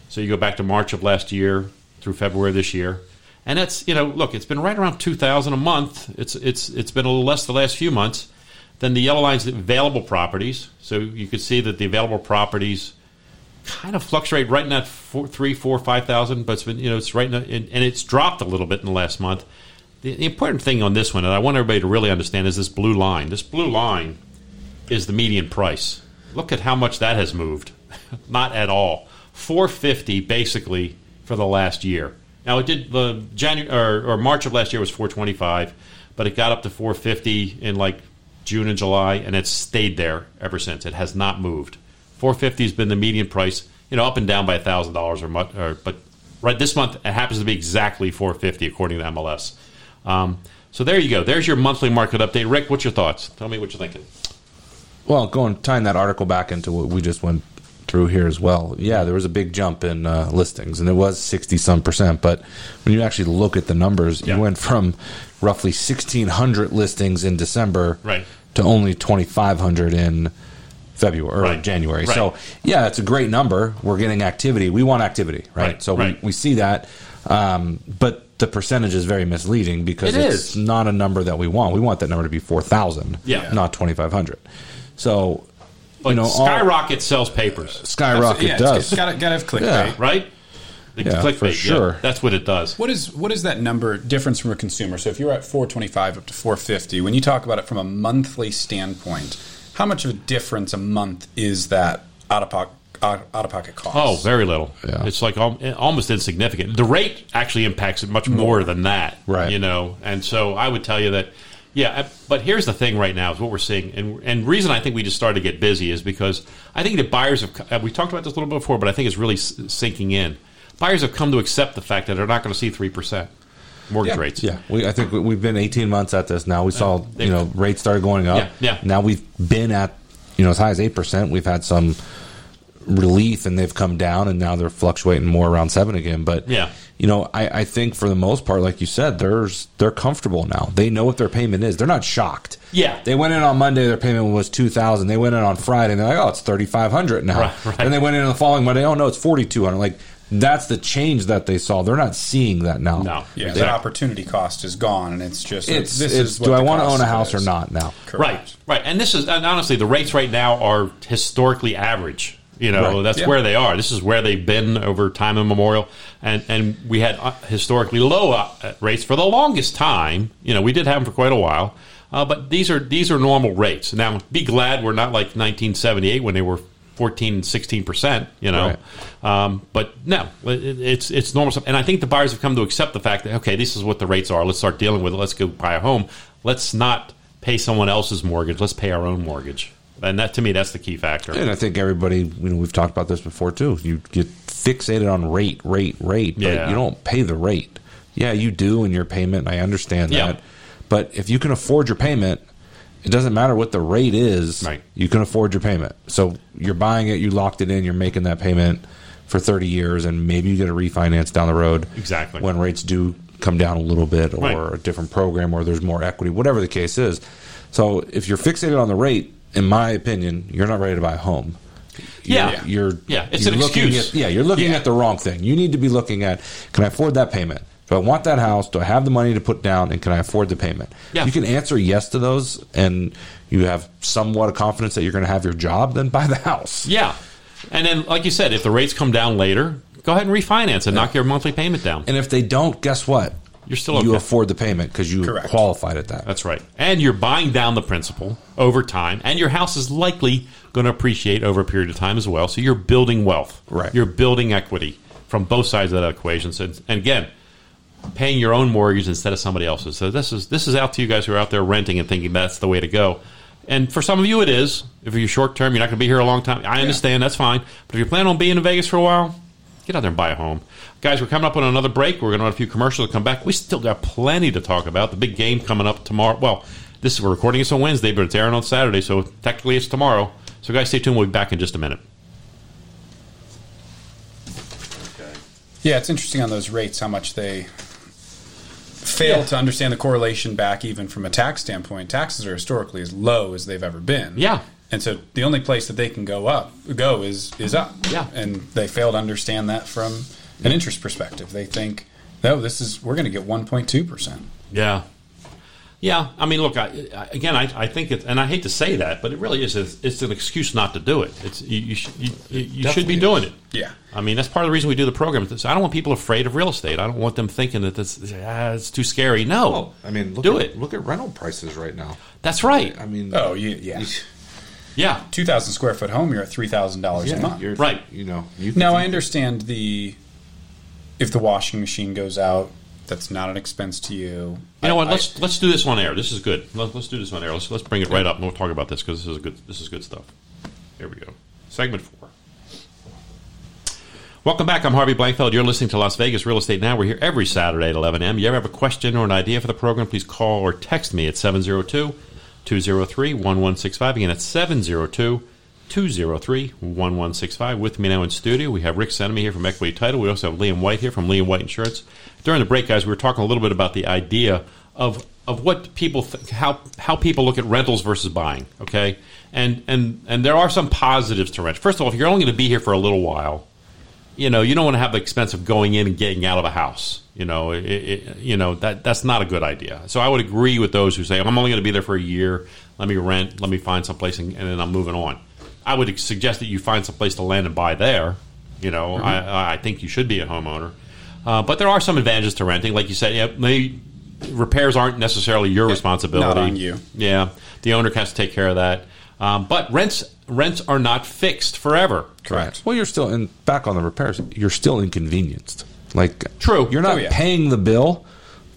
So you go back to March of last year through February of this year, and that's you know look, it's been right around two thousand a month. It's it's it's been a little less the last few months. Then the yellow line's the available properties. So you could see that the available properties kind of fluctuate right in that four, three, four, five thousand, but it's been you know it's right in, the, and, and it's dropped a little bit in the last month. The, the important thing on this one, and I want everybody to really understand, is this blue line. This blue line is the median price. Look at how much that has moved. Not at all. 450 basically for the last year. Now it did the January or, or March of last year was 425, but it got up to 450 in like June and July, and it's stayed there ever since. It has not moved. 450 has been the median price, you know, up and down by thousand dollars or much, or, but right this month it happens to be exactly 450 according to MLS. Um, so there you go. There's your monthly market update. Rick, what's your thoughts? Tell me what you're thinking.
Well, going tying that article back into what we just went through here as well. Yeah, there was a big jump in uh, listings, and it was sixty some percent. But when you actually look at the numbers,
Yeah.
you went from roughly sixteen hundred listings in December,
Right.
to only twenty five hundred in February or
Right.
January.
Right.
So yeah, it's a great number. We're getting activity. We want activity, right?
Right,
So
right.
We, we see that, um, but. The percentage is very misleading because
It
it's
is.
not a number that we want. We want that number to be four thousand,
Yeah.
not twenty five hundred. So
But
you know, all-
skyrocket sells papers,
skyrocket
yeah,
does.
It's got to have clickbait.
Yeah.
right? The
Yeah, for sure.
that's what it does.
What is what is that number difference from a consumer? So if you're at 425 up to 450, when you talk about it from a monthly standpoint, how much of a difference a month is that out of pocket out out of pocket cost?
Oh, very little.
Yeah.
It's like al- eh, almost insignificant. The rate actually impacts it much more than that,
Right.
You know, and so I would tell you that, yeah. I- But here's the thing: right now is what we're seeing, and and reason I think we just started to get busy is because I think that buyers have. co- uh, We talked about this a little bit before, but I think it's really s- sinking in. Buyers have come to accept the fact that they're not going to see three percent mortgage
Yeah.
rates.
yeah, we, I think we- we've been 18 months at this now. We saw
they-
you know rates started going up.
Yeah, yeah.
Now we've been at you know as high as eight percent. We've had some relief and they've come down, and now they're fluctuating more around seven again. But
Yeah.
you know I, I think for the most part, like you said, there's they're comfortable now. They know what their payment is. They're not shocked.
Yeah.
they went in on Monday. Their payment was two thousand. They went in on Friday. and They're like, oh, it's thirty five hundred now.
Right, right.
And they went in on the following Monday. Oh no, it's forty two hundred. Like that's the change that they saw. They're not seeing that now.
No.
yeah,
Exactly.
that opportunity cost is gone, and it's just
It's,
this
it's
is what
do I
the
want to
cost
own a house or
is.
not now?
Correct.
Right, right. And this is and honestly, the rates right now are historically average. You know,
Right.
that's
Yeah.
where they are. This is where they've been over time immemorial. And and we had uh, historically low uh, uh, rates for the longest time. You know, we did have them for quite a while. Uh, but these are these are normal rates. Now, be glad we're not like 1978 when they were 14, 16 percent. You know, um, but no, it, it's it's normal stuff. And I think the buyers have come to accept the fact that okay, this is what the rates are. Let's start dealing with it. Let's go buy a home. Let's not pay someone else's mortgage. Let's pay our own mortgage. And that to me, that's the key factor.
And I think everybody, you know, we've talked about this before too. You get fixated on rate, rate, rate, but
Yeah.
you don't pay the rate. Yeah, you do in your payment. I understand
Yeah.
that. But if you can afford your payment, it doesn't matter what the rate is.
Right.
You can afford your payment. So you're buying it, you locked it in, you're making that payment for 30 years, and maybe you get a refinance down the road.
Exactly.
When rates do come down a little bit or
Right.
a different program or there's more equity, whatever the case is. So if you're fixated on the rate, in my opinion, you're not ready to buy a home. You're-
Yeah.
you're
Yeah, it's
you're
an
looking
excuse.
At, yeah, you're looking
Yeah.
at the wrong thing. You need to be looking at can I afford that payment? Do I want that house? Do I have the money to put down? And can I afford the payment?
Yeah.
You can answer yes to those, and you have somewhat of confidence that you're going to have your job. Then buy the house.
Yeah. And then, like you said, if the rates come down later, go ahead and refinance and knock your monthly payment down.
And if they don't, guess what?
You're still okay.
You afford the payment because you
Correct.
qualified at that.
That's right. And you're buying down the principal over time, and your house is likely going to appreciate over a period of time as well. So you're building wealth.
Right.
You're building equity from both sides of that equation. So, and again, paying your own mortgage instead of somebody else's. So this is this is out to you guys who are out there renting and thinking that's the way to go. And for some of you, it is. If you're short term, you're not going to be here a long time. I understand. That's fine. But if you're planning on being in Vegas for a while, get out there and buy a home. Guys, we're coming up on another break. We're going to run a few commercials to come back. We still got plenty to talk about. The big game coming up tomorrow. Well, this is we're recording this on Wednesday, but it's airing on Saturday, so technically it's tomorrow. So guys, stay tuned. We'll be back in just a minute.
Yeah, it's interesting on those rates how much they fail
Yeah.
to understand the correlation back even from a tax standpoint. Taxes are historically as low as they've ever been.
Yeah.
And so the only place that they can go up go is is up.
Yeah.
And they fail to understand that from an interest perspective. They think, no, this is we're gonna get one point two percent.
Yeah. Yeah, I mean, look. I, I, again, I, I think it's, and I hate to say that, but it really is. A, it's an excuse not to do it. It's you, you, sh- you, you, you should be
definitely
doing it.
Yeah.
I mean, that's part of the reason we do the program. So I don't want people afraid of real estate. I don't want them thinking that this ah, it's too scary. No,
I
Oh,
mean, look
Oh, do
at,
it.
Look at rental prices right now.
That's right.
I mean,
Oh you, yeah.
Yeah,
Two thousand square foot home, you're at three thousand dollars a
yeah,
month.
you're,
Right.
You know, you
Now
could-
I understand the if the washing machine goes out, that's not an expense to you.
You know
I-
what?
I-
Let's let's do this on air. This is good. Let, let's do this on air. Let's let's bring it right up and we'll talk about this because this is good. This is good stuff. Here we go. Segment four. Welcome back. I'm Harvey Blankfeld. You're listening to Las Vegas Real Estate Now. We're here every Saturday at 11 a.m. You ever have a question or an idea for the program, please call or text me at 702 203 1165. Again, it's 702 203 1165. With me now in studio, we have Rick Senemy here from Equity Title. We also have Liam White here from Liam White Insurance. During the break, guys, we were talking a little bit about the idea of of what people think, how how people look at rentals versus buying. Okay, and and and there are some positives to rent. First of all, if you're only going to be here for a little while, you know you don't want to have the expense of going in and getting out of a house. You know, it, it, you know that that's not a good idea. So I would agree with those who say I'm only going to be there for a year. Let me rent. Let me find someplace, and, and then I'm moving on. I would suggest that you find someplace to land and buy there. You know,
Mm-hmm.
I, I think you should be a homeowner. Uh, but there are some advantages to renting, like you said. Yeah, maybe repairs aren't necessarily your responsibility.
not on you.
Yeah, the owner has to take care of that. Um, but rents rents are not fixed forever.
correct.
Well, you're still in back on the repairs. You're still inconvenienced. Like
True.
you're not
Oh, yeah.
paying the bill,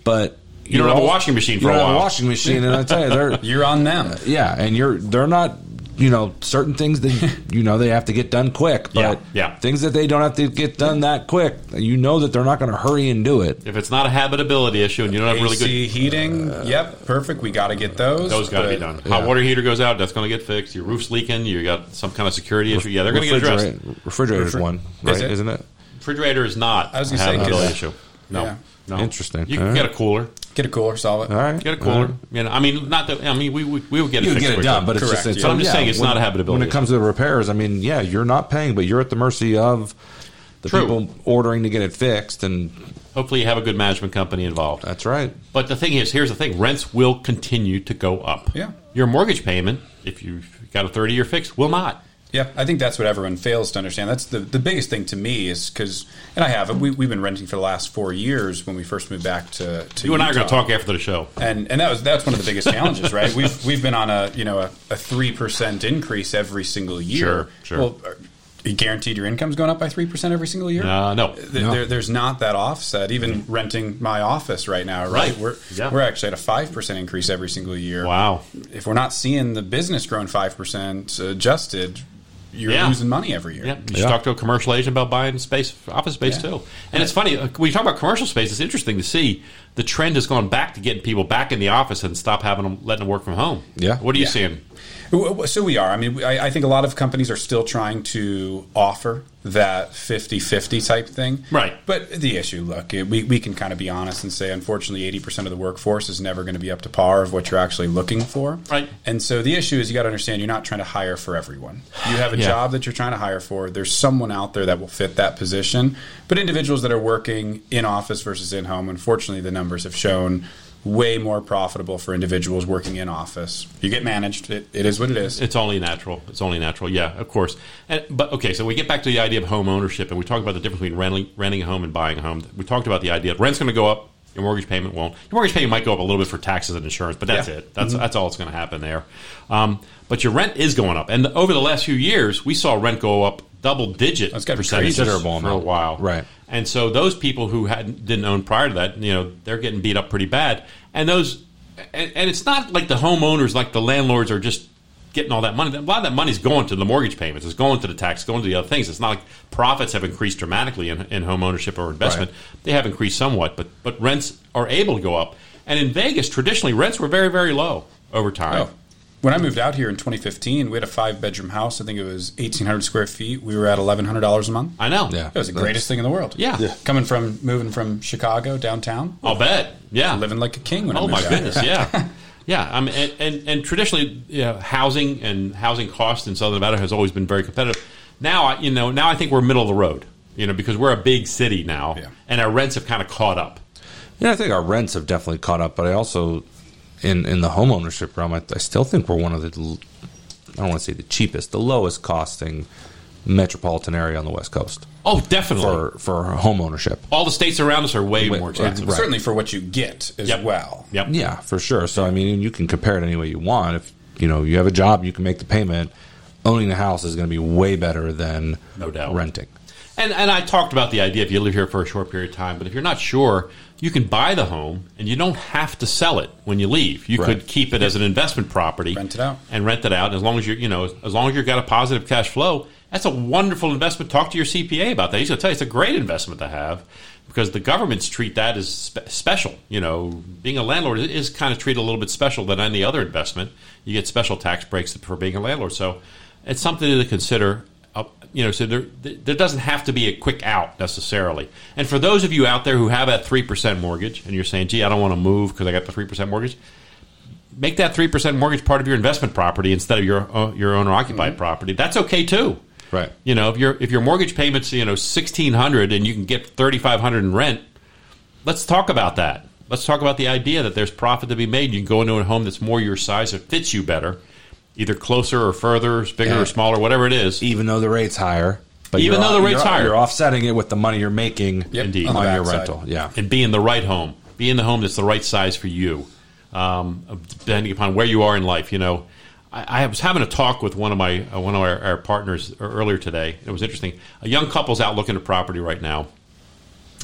but you
don't have a washing machine for a
Have a
while.
washing machine, and I tell you, they're
You're on them.
yeah, and you're they're not. You know, certain things that you know they have to get done quick, but
Yeah, yeah.
things that they don't have to get done that quick, you know that they're not going to hurry and do it.
If it's not a habitability issue and you don't have really good
AC heating. Uh, yep, perfect. We got to get those.
Those got to be
but-
done.
yeah.
Hot water heater goes out. That's going to get fixed. Your roof's leaking. You got some kind of security issue. Yeah, they're going to get addressed.
Refrigerate- Refrigerator's
Refri-
one,
Is
right?
it?
Isn't it?
Refrigerator is not.
I was gonna
a
say,
habitability
yeah.
issue. No,
Yeah.
no.
Interesting.
You
All
can
right.
get a cooler.
Get a cooler, solve it.
All right,
Get a
All
cooler.
right.
You know, I mean, not. That, I mean, we would we would get it.
You would
fixed
get it
quickly.
done, but it's
Correct,
just it's,
yeah. But
I'm just saying it's
when-
not a habitability
When it
issue.
comes to the repairs, I mean, yeah, you're not paying, but you're at the mercy of the
True.
people ordering to get it fixed, and
Hopefully, you have a good management company involved.
that's right.
But the thing is, here's the thing: rents will continue to go up.
Yeah.
Your mortgage payment, if you've got a 30 year fix, will not.
Yep, I think that's what everyone fails to understand. That's the, the biggest thing to me is because, and I have, we, we've been renting for the last four years when we first moved back to, to
You and I are going
Utah.
to talk after the show.
And, and that was that's one of the biggest challenges, right? We've we've been on a you know a three percent increase every single year.
Sure, sure.
Well, are you guaranteed your income's going up by three percent every single year.
Uh, no.
Th- There, there's not that offset. Even renting my office right now, right?
Mm-hmm. Right.
We're
Yeah.
we're actually at a five percent increase every single year.
Wow.
If we're not seeing the business growing five percent adjusted, you're
Yeah.
losing money every year.
Yeah, you should
Yeah.
talk to a commercial agent about buying space, office space
Yeah.
too. And it's funny uh, when you talk about commercial space. It's interesting to see the trend has gone back to getting people back in the office and stop having them letting them work from home.
Yeah.
what are you
Yeah.
seeing?
W- w- So we are. I mean, I, I think a lot of companies are still trying to offer that 50-50 type thing.
Right.
But the issue, look, it, we, we can kind of be honest and say, unfortunately, 80% of the workforce is never going to be up to par of what you're actually looking for.
Right.
And so the issue is you got to understand you're not trying to hire for everyone. You have a
Yeah.
job that you're trying to hire for. There's someone out there that will fit that position. But individuals that are working in office versus in home, unfortunately, the numbers have shown way more profitable for individuals working in office. You get managed. It, it is what it is.
It's only natural. It's only natural. Yeah, of course. And, but okay, so we get back to the idea of home ownership, and we talk about the difference between renting, renting a home and buying a home. We talked about the idea of rent's going to go up, your mortgage payment won't. Your mortgage payment might go up a little bit for taxes and insurance, but that's
Yeah. Mm-hmm.
it. That's that's all that's going to happen there. Um, but your rent is going up, and over the last few years, we saw rent go up double digit
That's gotta be
percentages
Considerable
for a
amount.
while,
Right.
and so those people who had didn't own prior to that, you know, they're getting beat up pretty bad. And those, and, and it's not like the homeowners, like the landlords, are just getting all that money. A lot of that money's going to the mortgage payments, it's going to the tax, going to the other things. It's not like profits have increased dramatically in, in home ownership or investment. They have increased somewhat, but but rents are able to go up. And in Vegas, traditionally, rents were very very low over time.
Oh. When I moved out here in 2015, we had a five bedroom house. I think it was 1,800 square feet. We were at $1,100 a month.
I know.
Yeah.
It was the greatest thing in the world.
Yeah. Yeah.
Coming from, moving from Chicago downtown,
I'll bet. Yeah,
living like a king when I
Oh
moved
my
out
goodness,
here.
yeah, yeah. I mean, and, and, and traditionally, you know, housing and housing cost in Southern Nevada has always been very competitive. Now, I, you know, now I think we're middle of the road, you know, because we're a big city now,
Yeah.
and our rents have kind of caught up.
Yeah, I think our rents have definitely caught up, but I also, in in the home ownership realm, I, I still think we're one of the, l- I don't want to say the cheapest, the lowest costing metropolitan area on the West Coast
Oh, definitely.
for for home ownership.
All the states around us are way
Wait,
more
right.
expensive.
Right.
Certainly for what you get as
Yep.
well.
Yep.
Yeah, for sure. So I mean, you can compare it any way you want. If you know you have a job, you can make the payment. Owning a house is going to be way better than
No doubt.
renting.
And and I talked about the idea if you live here for a short period of time, but if you're not sure, you can buy the home and you don't have to sell it when you leave. You
Right.
could keep it as an investment property,
Rent it out.
and rent it out. And as long as you're you know as long as you've got a positive cash flow, that's a wonderful investment. Talk to your CPA about that. He's going to tell you it's a great investment to have because the governments treat that as spe- special. You know, being a landlord is kind of treated a little bit special than any other investment. You get special tax breaks for being a landlord, so it's something to consider up, you know, so there there doesn't have to be a quick out necessarily. And for those of you out there who have that three percent mortgage and you're saying, "Gee, I don't want to move because I got the three percent mortgage," make that three percent mortgage part of your investment property instead of your uh, your owner occupied property. That's okay too.
Mm-hmm. Right.
You know, if your if your mortgage payments you know sixteen hundred and you can get thirty five hundred in rent, let's talk about that. Let's talk about the idea that there's profit to be made. You can go into a home that's more your size that fits you better, either closer or further, bigger
Yeah.
or smaller, whatever it is.
Even though the rate's higher, but
Even
you're
though the
off-
rate's
you're-
higher.
you're offsetting it with the money you're making
Yep.
Indeed.
on,
On the
your
backside.
rental. Yeah,
and be in the right home. Be in the home that's the right size for you, um, depending upon where you are in life. You know, I, I was having a talk with one of my uh, one of our, our partners e-, earlier today. It was interesting. A young couple's out looking at property right now,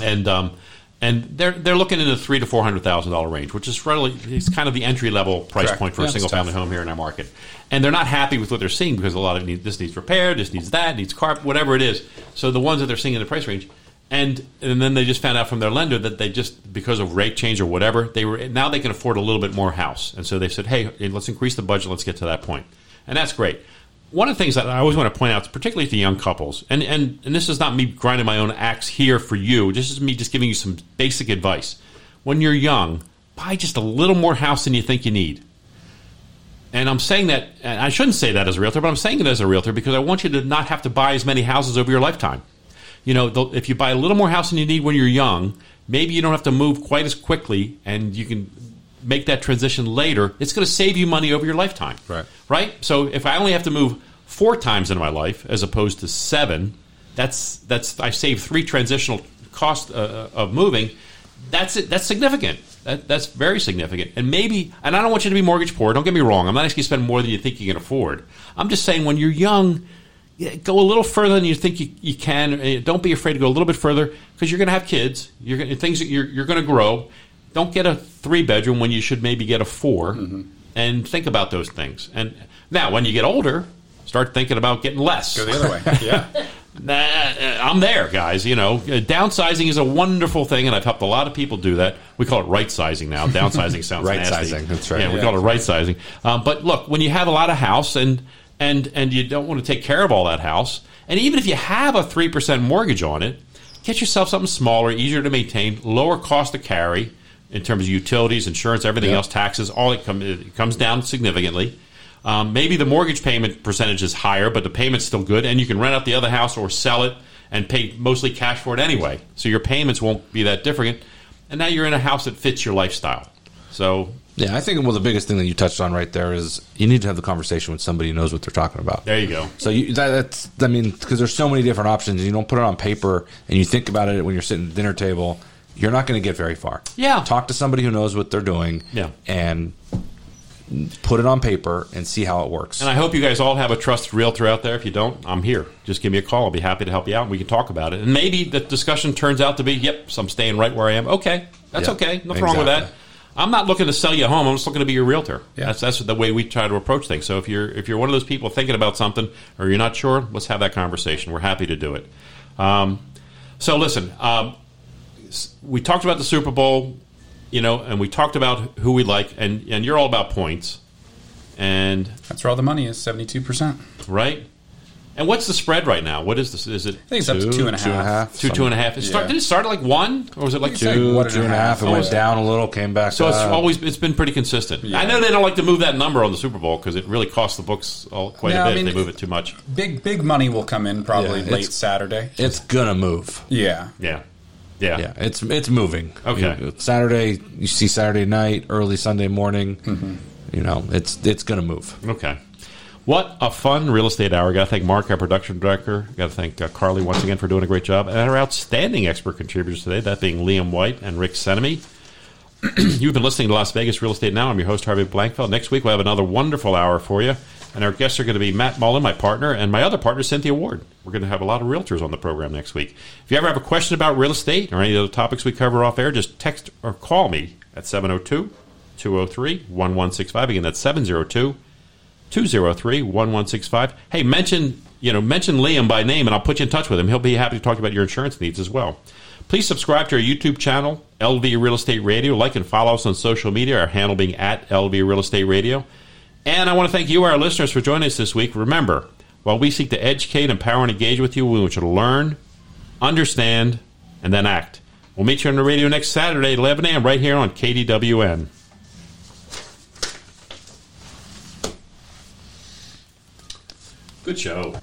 and um, and they're they're looking in the three to four hundred thousand dollar range, which is really it's kind of the entry level price
Correct.
point for
Yeah,
a
it's
single
tough.
family home here in our market. And they're not happy with what they're seeing because a lot of it need, this needs repair, this needs that, needs carpet, whatever it is. So the ones that they're seeing in the price range. And, and then they just found out from their lender that they just because of rate change or whatever they were now they can afford a little bit more house and so they said hey let's increase the budget let's get to that point and that's great one of the things that I always want to point out, particularly to young couples, and, and, and this is not me grinding my own axe here for you, this is me just giving you some basic advice. When you're young, buy just a little more house than you think you need. And I'm saying that, and I shouldn't say that as a realtor, but I'm saying it as a realtor because I want you to not have to buy as many houses over your lifetime. You know, the, if you buy a little more house than you need when you're young, maybe you don't have to move quite as quickly and you can make that transition later. It's going to save you money over your lifetime.
Right.
Right? So if I only have to move four times in my life as opposed to seven, that's, that's, I saved three transitional cost uh, of moving that's it. That's significant. That, that's very significant. And maybe, and I don't want you to be mortgage poor. Don't get me wrong. I'm not asking you to spend more than you think you can afford. I'm just saying when you're young, yeah, go a little further than you think you, you can. Eh, Don't be afraid to go a little bit further because you're going to have kids. You're gonna, things that you're, you're going to grow. Don't get a three bedroom when you should maybe get a 4
Mm-hmm.
And think about those things. And now, when you get older, start thinking about getting less.
Go the other way. Yeah.
Nah, uh, I'm there, guys. You know, Uh, downsizing is a wonderful thing, and I've helped a lot of people do that. We call it right sizing now. Downsizing sounds
Right
nasty.
sizing, that's right.
Yeah, we
Yeah.
call it right sizing. Um, but look, when you have a lot of house and and and you don't want to take care of all that house. And even if you have a three percent mortgage on it, get yourself something smaller, easier to maintain, lower cost to carry in terms of utilities, insurance, everything
Yeah.
else, taxes. All it, come, it comes down significantly. Um, maybe the mortgage payment percentage is higher, but the payment's still good, and you can rent out the other house or sell it and pay mostly cash for it anyway. So your payments won't be that different. And now you're in a house that fits your lifestyle. So
Yeah, I think well the biggest thing that you touched on right there is you need to have the conversation with somebody who knows what they're talking about.
there you go.
So you, that, that's I mean because there's so many different options. and You don't put it on paper and you think about it when you're sitting at the dinner table. You're not going to get very far.
Yeah.
talk to somebody who knows what they're doing.
Yeah.
and put it on paper and see how it works.
And I hope you guys all have a trusted realtor out there. If you don't, I'm here. Just give me a call. I'll be happy to help you out. and We can talk about it. And maybe the discussion turns out to be, yep, so I'm staying right where I am. Okay, that's
Yeah,
okay. Nothing wrong with that.
exactly.
I'm not looking to sell you a home. I'm just looking to be your realtor.
Yeah.
That's that's the way we try to approach things. So if you're if you're one of those people thinking about something or you're not sure, let's have that conversation. We're happy to do it. Um, so listen, um, s- we talked about the Super Bowl, you know, and we talked about who we like, and and you're all about points, and
That's where all the money is, seventy-two percent.
right? And what's the spread right now? What is this? Is it
I think it's up to two and a half.
two, two and a half? It start,
Yeah.
Did it start at like one, or was it like
It's
two?
like
Two,
one and
two and a half. It
Oh,
went
yeah.
down a little, came back.
So it's
up.
always it's been pretty consistent.
Uh, Yeah.
I know they don't like to move that number on the Super Bowl because it really costs the books all, quite
No,
a
I
bit
mean,
if they move it too much.
Big big money will come in probably
Yeah,
late
it's-
Saturday.
it's gonna move.
Yeah.
Yeah, yeah,
Yeah, it's it's moving.
Okay.
You- Saturday, you see Saturday night, early Sunday morning.
Mm-hmm.
You know, it's it's gonna move.
Okay. What a fun real estate hour. Got to thank Mark, our production director. Got to thank uh, Carly once again for doing a great job. And our outstanding expert contributors today, that being Liam White and Rick Senemy. You've been listening to Las Vegas Real Estate Now. I'm your host, Harvey Blankfeld. Next week, we'll have another wonderful hour for you. And our guests are going to be Matt Mullen, my partner, and my other partner, Cynthia Ward. We're going to have a lot of realtors on the program next week. If you ever have a question about real estate or any of the topics we cover off air, just text or call me at 702 203 1165. Again, that's 702 203-1165. Hey, mention, you know, mention Liam by name and I'll put you in touch with him. He'll be happy to talk about your insurance needs as well. Please subscribe to our YouTube channel, LV Real Estate Radio. Like and follow us on social media, our handle being at LV Real Estate Radio. And I want to thank you, our listeners, for joining us this week. Remember, while we seek to educate, empower, and engage with you, we want you to learn, understand, and then act. We'll meet you on the radio next Saturday at 11 a.m. right here on KDWN. Good show.